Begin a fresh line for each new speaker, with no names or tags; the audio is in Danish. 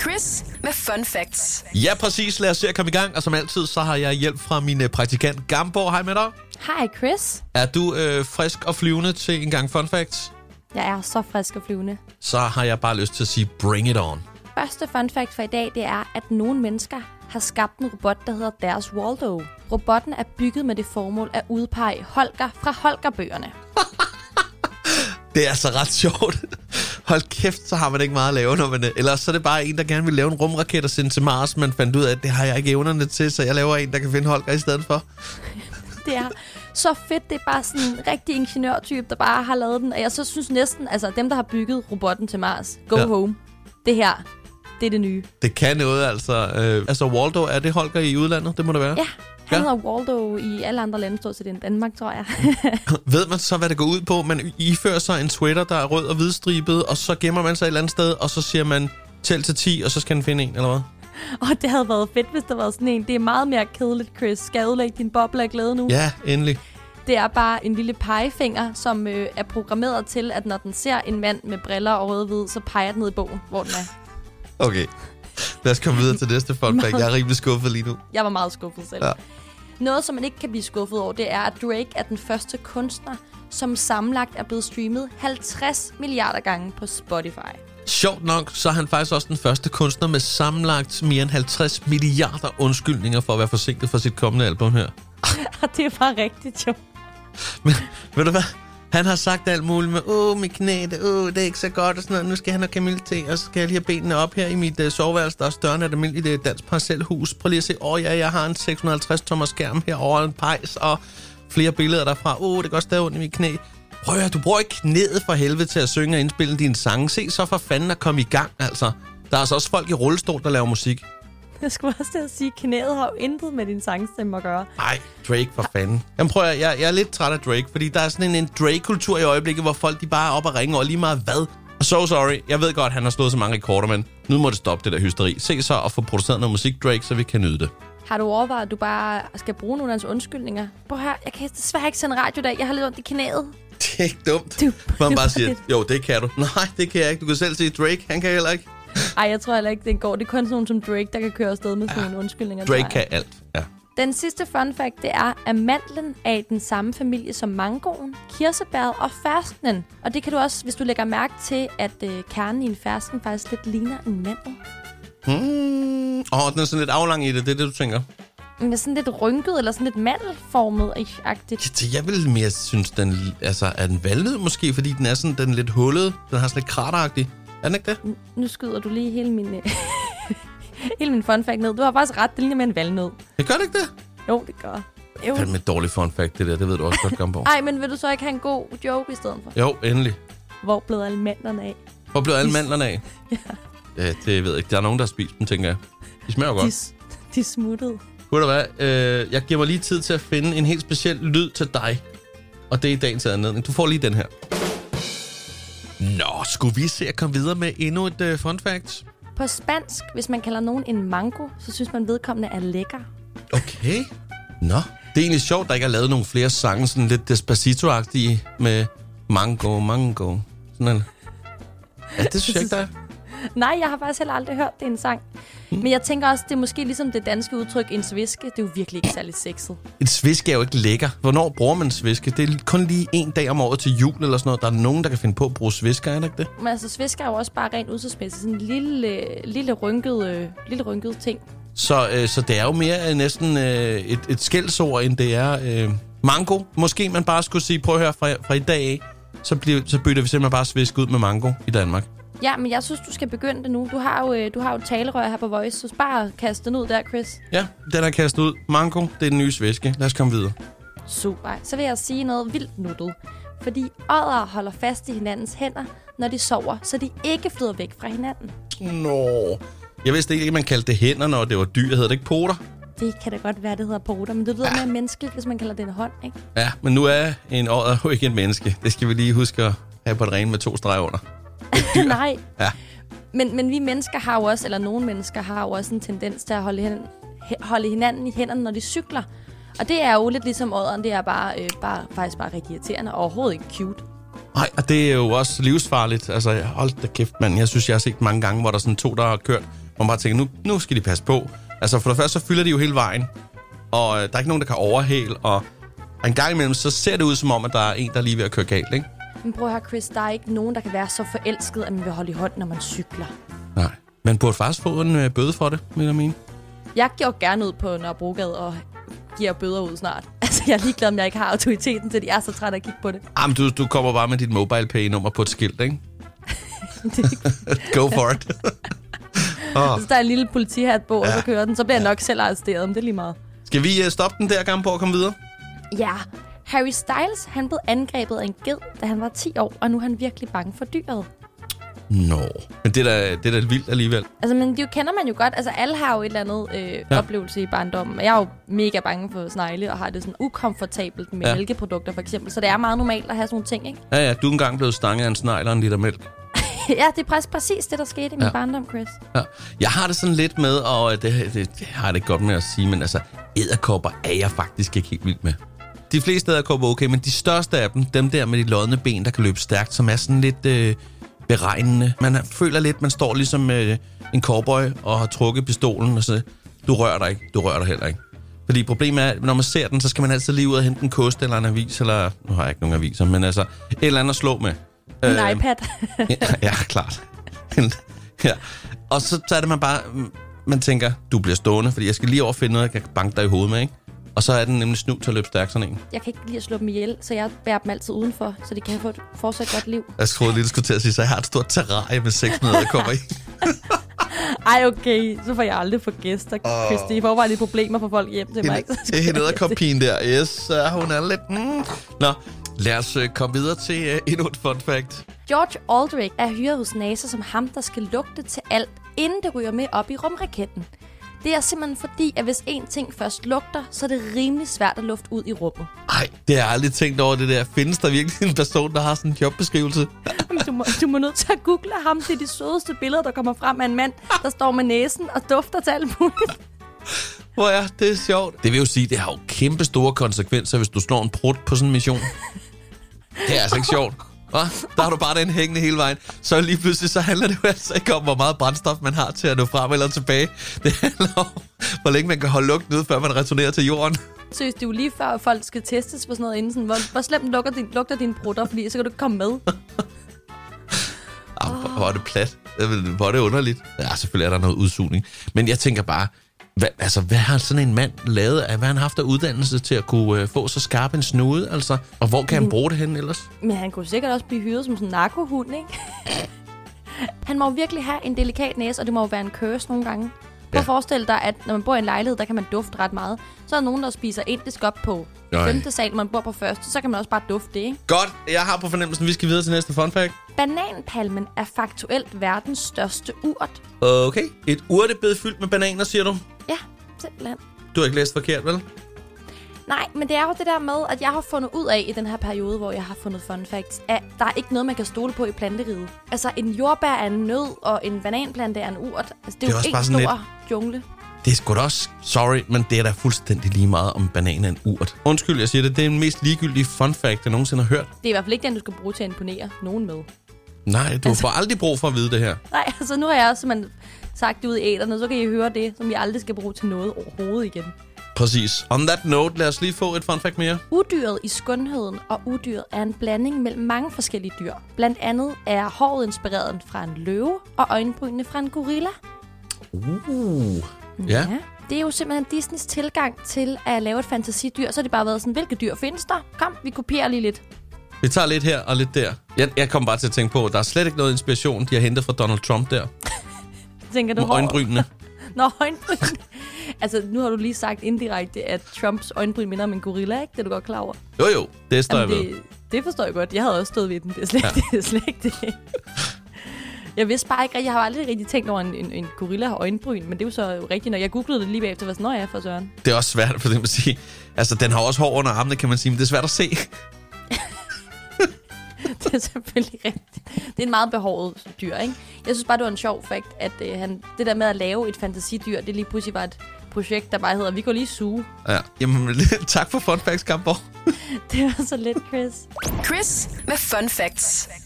Chris med fun facts.
Ja, præcis. Lad os se at komme i gang. Og som altid, så har jeg hjælp fra min øh, praktikant Gamborg. Hej med dig.
Hej Chris.
Er du øh, frisk og flyvende til en gang fun facts?
Jeg er så frisk og flyvende.
Så har jeg bare lyst til at sige, bring it on.
Første fun fact for i dag, det er, at nogle mennesker har skabt en robot, der hedder deres Waldo. Robotten er bygget med det formål at udpege Holger fra Holgerbøgerne.
Det er altså ret sjovt. Hold kæft, så har man ikke meget at lave, når man... øh, Ellers så er det bare en, der gerne vil lave en rumraket og sende til Mars, men fandt ud af, at det har jeg ikke evnerne til, så jeg laver en, der kan finde Holger i stedet for.
Det er så fedt. Det er bare sådan en rigtig ingeniørtype, der bare har lavet den. Og jeg så synes næsten, altså dem, der har bygget robotten til Mars, go
Ja.
ja. home. Det her, det er det nye.
Det kan noget, altså. Øh, altså, Waldo, er det Holger i udlandet? Det må det være.
Ja, han
Ja.
ja. hedder Waldo i alle andre lande, stort set i Danmark, tror jeg.
Ved man så, hvad det går ud på? Man ifører sig en sweater, der er rød og hvidstribet, og så gemmer man sig et eller andet sted, og så siger man, tæl til 10, og så skal den finde en, eller hvad?
Og det havde været fedt, hvis der var sådan en. Det er meget mere kedeligt, Chris. Skal jeg ødelægge din boble af glæde nu?
Ja, endelig.
Det er bare en lille pegefinger, som øh, er programmeret til, at når den ser en mand med briller og rødhvid, så peger den ned i bogen, hvor den er.
Okay. Lad os komme videre til næste fun fact. Jeg er rimelig skuffet lige nu.
Jeg var meget skuffet selv.
Ja.
Ja. Noget, som man ikke kan blive skuffet over, det er, at Drake er den første kunstner, som samlet er blevet streamet 50 milliarder gange på Spotify.
Sjovt nok, så er han faktisk også den første kunstner med sammenlagt mere end 50 milliarder undskyldninger for at være forsinket for sit kommende album her.
Og det er bare rigtigt, jo.
Men ved du hvad? Han har sagt alt muligt med, åh, mit knæ, det, åh, det er ikke så godt, og sådan noget. Nu skal han have Camille te, og så skal jeg lige have benene op her i mit uh, soveværelse, der er større end et almindeligt uh, dansk parcelhus. Prøv lige at se, åh ja, jeg har en 650-tommer skærm her over en pejs, og flere billeder derfra. Åh, det gør stadig ondt i mit knæ. Prøv at høre, du bruger ikke knæet for helvede til at synge og indspille dine sange. Se så for fanden at komme i gang, altså. Der er altså også folk i rullestol, der laver musik.
Jeg skulle også til at sige, at knæet har jo intet med din sangstemme at gøre.
Nej, Drake for fanden. Jamen prøv at, jeg, jeg er lidt træt af Drake, fordi der er sådan en, en Drake-kultur i øjeblikket, hvor folk de bare er oppe og ringer over lige meget hvad. So sorry. Jeg ved godt, han har slået så mange rekorder, men nu må det stoppe det der hysteri. Se så og få produceret noget musik, Drake, så vi kan nyde det.
Har du overvejet, at du bare skal bruge nogle af hans undskyldninger? Prøv her, jeg kan desværre ikke sende radio i dag. Jeg har lidt ondt i knæet.
Det er ikke dumt.
Du-
Man bare
du-
siger, jo, det kan du. Nej, det kan jeg ikke. Du kan selv se Drake. Han kan heller ikke.
Ej, jeg tror heller ikke, det går. Det er kun sådan nogen som Drake, der kan køre afsted med sådan nogle undskyldninger. tror
Ah, Drake
jeg.
kan alt. Ja.
Den sidste fun fact, det er, at mandlen er i den samme familie som mangoen, kirsebæret og ferskenen. Og det kan du også, hvis du lægger mærke til, at øh, kernen i en fersken faktisk lidt ligner en mandel.
Hmm. Åh, den er sådan lidt aflang i det. Det er det, du tænker.
Den er sådan lidt rynket eller sådan lidt mandelformet-agtigt.
Jeg- Jeg vil mere synes, den altså, er en valnød måske, fordi den er sådan den er lidt hullet. Den har sådan lidt krateragtig. Er den ikke det?
Nu skyder du lige hele min, øh, hele min fun fact ned. Du har faktisk ret, det ligner med en valnød.
Det gør det ikke det?
Jo, det gør. Jo.
Det er et dårligt fun fact, det der. Det ved du også godt, Gamborg.
Ej, men vil du så ikke have en god joke i stedet for?
Jo, endelig.
Hvor blev alle mandlerne af?
Hvor blev alle mandlerne af? ja. Øh, det ved jeg ikke. Der er nogen, der har spist dem, tænker jeg. De smager jo
De,
godt.
s- de smuttede.
Ved du hvad? Øh, jeg giver mig lige tid til at finde en helt speciel lyd til dig. Og det er i dagens anledning. Du får lige den her. Nå, skulle vi se at komme videre med endnu et uh, fun fact?
På spansk, hvis man kalder nogen en mango, så synes man vedkommende er lækker.
Okay. Nå. Det er egentlig sjovt, at der ikke er lavet nogle flere sange, sådan lidt Despacito-agtige med mango, mango. Sådan en. Ja, det synes jeg ikke, der er.
Nej, jeg har faktisk heller aldrig hørt det i en sang. Men jeg tænker også, det er måske ligesom det danske udtryk, en sviske. Det er jo virkelig ikke særlig sexet.
En sviske er jo ikke lækker. Hvornår bruger man sviske? Det er kun lige en dag om året til jul eller sådan noget. Der er nogen, der kan finde på at bruge svisker, er det ikke det?
Men altså, svisker er jo også bare rent udsatsmæssigt sådan en lille, lille, rynket, øh, lille rynket ting.
Så, øh, så det er jo mere øh, næsten øh, et, et skældsord, end det er øh, mango. Måske man bare skulle sige, prøv at høre, fra, fra i dag af, så, bliver, så bytter vi simpelthen bare sviske ud med mango i Danmark.
Ja, men jeg synes, du skal begynde det nu. Du har jo, øh, du har jo et talerør her på Voice, så bare kast den ud der, Chris.
Ja, den er kastet ud. Mango, det er den nye sviske. Lad os komme videre.
Super. Så vil jeg sige noget vildt nuttet. Fordi ådder holder fast i hinandens hænder, når de sover, så de ikke flyder væk fra hinanden.
Nå. Jeg vidste ikke, at man kaldte det hænder, når det var dyr. Hedder det ikke poter?
Det kan da godt være, det hedder poter, men det lyder mere menneskeligt, hvis man kalder det en hånd, ikke?
Ja, men nu er en ådder jo ikke en menneske. Det skal vi lige huske at have på det rene med to streger under.
Nej.
Ja.
Men, men vi mennesker har jo også, eller nogle mennesker har jo også en tendens til at holde hinanden, he- holde hinanden i hænderne, når de cykler. Og det er jo lidt ligesom ådderen, det er bare, øh, bare, faktisk bare rigtig irriterende og overhovedet ikke cute.
Nej, og det er jo også livsfarligt. Altså, ja, hold da kæft, mand. Jeg synes, jeg har set mange gange, hvor der er sådan to, der har kørt, hvor man bare tænker, nu, nu skal de passe på. Altså, for det første, så fylder de jo hele vejen, og øh, der er ikke nogen, der kan overhale, og en gang imellem, så ser det ud som om, at der er en, der er lige ved at køre galt, ikke?
Men prøv at høre, Chris, der er ikke nogen, der kan være så forelsket, at man vil holde i hånd, når man cykler.
Nej. Man burde faktisk få en øh, bøde for det, vil jeg mene.
Jeg går gerne ud på Nørrebrogade og giver bøder ud snart. Altså, jeg er ligeglad, om jeg ikke har autoriteten til det. Jeg er så træt af at kigge på det.
Jamen, Ah, du, du kommer bare med dit mobile pay nummer på et skilt, ikke? Go for it.
Og så der er en lille politihat på, og så kører den. Så bliver jeg nok selv arresteret, om det er lige meget.
Skal vi øh, stoppe den der, Gamborg, og komme videre?
Ja, Harry Styles, han blev angrebet af en ged, da han var 10 år, og nu er han virkelig bange for dyret.
Nå. Men det er da, det er da vildt alligevel.
Altså, men det jo kender man jo godt. Altså, alle har jo et eller andet øh, ja. oplevelse i barndommen. Og Jeg er jo mega bange for snegle, og har det sådan ukomfortabelt med
Ja.
ja. mælkeprodukter, for eksempel. Så det er meget normalt at have sådan nogle ting, ikke?
Ja, ja, du er engang blevet stanget af en snegl og en liter mælk.
ja, det er præcis, præcis det, der skete i min
Ja.
ja. barndom, Chris.
Ja. Jeg har det sådan lidt med, og øh, det, det, det har jeg det godt med at sige, men altså, æderkopper er jeg faktisk ikke helt vild med. De fleste æderkopper er okay, men de største af dem, dem der med de lodne ben, der kan løbe stærkt, som er sådan lidt øh, beregnende. Man er- føler lidt, man står ligesom øh, en cowboy og har trukket pistolen, og så, du rører dig ikke, du rører dig heller ikke. Fordi problemet er, at når man ser den, så skal man altid lige ud og hente en kost eller en avis, eller, nu har jeg ikke nogen aviser, men altså, et eller andet at slå med.
Min øh, iPad.
Ja, ja, klart. ja. Og så, så er det man bare, man tænker, du bliver stående, fordi jeg skal lige over og finde noget, jeg kan banke dig i hovedet med, ikke? Og så er den nemlig snu til at løbe stærkt sådan en.
jeg kan ikke lide at slå dem ihjel, så jeg bærer dem altid udenfor, så de kan få et fortsat godt liv.
Jeg troede lige, du skulle til at sige, så jeg har et stort terrarie med 600 der kommer i.
Ej, okay, så får jeg aldrig for gæster, Chris. Det er i forvejen lidt problemer for folk hjem til mig. ikke? Så skal jeg-
Hende edderkoppigen der. Yes, så hun er lidt... Mm. Nå, lad os øh, komme videre til øh, endnu et fun fact.
George Aldrich er hyret hos NASA som ham, der skal lugte til alt, inden det ryger med op i rumraketten. Det er simpelthen fordi, at hvis en ting først lugter, så er det rimelig svært at lufte ud i rummet.
Ej, det har jeg aldrig tænkt over det der. Findes der virkelig en person, der har sådan en jobbeskrivelse?
Men Du må, du må nødt til at google ham. Det er de sødeste billeder, der kommer frem af en mand, der står med næsen og dufter til alt muligt.
Hvor ja, det er sjovt. Det vil jo sige, det har jo kæmpe store konsekvenser, hvis du slår en prut på sådan en mission. Det er altså ikke sjovt. Hva? Der har du bare den hængende hele vejen. Så lige pludselig, så handler det jo altså ikke om, hvor meget brændstof man har til at nå frem eller tilbage. Det handler om, hvor længe man kan holde lugten ud, før man returnerer til jorden.
Seriøst, det er jo lige før, at folk skal testes på sådan noget inden. Sådan, hvor, hvor slemt lugter din, lugter dine brutter, fordi så kan du ikke komme med.
Ej, hvor- hvor er det plat. Jamen, Hvor er det underligt. Ja, selvfølgelig er der noget udsugning. Men jeg tænker bare, hvad, altså, hvad har sådan en mand lavet? af- Hvad har han haft af uddannelse til at kunne øh, få så skarp en snude? Altså? Og hvor kan han bruge det hen ellers?
Men han kunne sikkert også blive hyret som sådan en narkohund, ikke? han må jo virkelig have en delikat næse, og det må jo være en curse nogle gange.
Ja.
Prøv at forestille dig, at når man bor i en lejlighed, der kan man dufte ret meget. Så er der nogen, der spiser indisk op på
Nej.
5. sal, man bor på første, så kan man også bare dufte det, ikke?
Godt, jeg har på fornemmelsen, at vi skal videre til næste fun fact.
Bananpalmen er faktuelt verdens største urt.
Okay. Et urtebed fyldt med bananer, siger du?
Ja, simpelthen.
Du har ikke læst forkert, vel?
Nej, men det er jo det der med, at jeg har fundet ud af i den her periode, hvor jeg har fundet fun facts, at der er ikke noget, man kan stole på i planteriget. Altså, en jordbær er en nød, og en bananplante er en urt. Altså, det er,
er
jo
også
en
bare sådan
stor jungle.
Det er sgu da også. Sorry, men det er da fuldstændig lige meget om bananen er en urt. Undskyld, jeg siger det. Det er den mest ligegyldige fun fact, jeg nogensinde har hørt.
Det er i hvert fald ikke den, du skal bruge til at imponere nogen med.
Nej, du altså... får aldrig brug for at vide det her.
Nej, altså nu har jeg også simpelthen sagt det ud i æderne, så kan I høre det, som jeg aldrig skal bruge til noget overhovedet igen.
Præcis. On that note, lad os lige få et fun fact mere.
Udyret i skønheden og udyret er en blanding mellem mange forskellige dyr. Blandt andet er håret inspireret fra en løve og øjenbrynene fra en gorilla.
Uh. Ja. ja.
Det er jo simpelthen Disneys tilgang til at lave et fantasidyr. Så har det bare været sådan, hvilke dyr findes der? Kom, vi kopierer lige lidt.
Vi tager lidt her og lidt der. Jeg, jeg kom bare til at tænke på, at der er slet ikke noget inspiration, de har hentet fra Donald Trump der.
Tænker du
Med øjenbrynene.
Nå, øjenbryn. altså, nu har du lige sagt indirekte, at Trumps øjenbryn minder om en gorilla, ikke? Det er du godt klar over.
Jo jo, det står jeg ved.
det, det forstår jeg godt. Jeg havde også stået ved den. Det er slet, ja. det er slet ikke det. Jeg vidste bare ikke, rigtig- jeg har aldrig rigtig tænkt over en, en, en gorilla har øjenbryn, men det er jo så rigtigt, når jeg googlede det lige bagefter, var sådan, nå ja, for søren.
Det er også svært, for det man sige. Altså, den har også hår under armene, kan man sige, men det er svært at se.
det er selvfølgelig rigtigt. Det er en meget behovet dyr, ikke? Jeg synes bare, det var en sjov fakt, at øh, han, det der med at lave et fantasidyr, det lige pludselig var et projekt, der bare hedder, vi går lige suge.
Ja. Jamen, tak for fun facts, Kampborg.
Det var så lidt, Chris.
Chris med fun facts.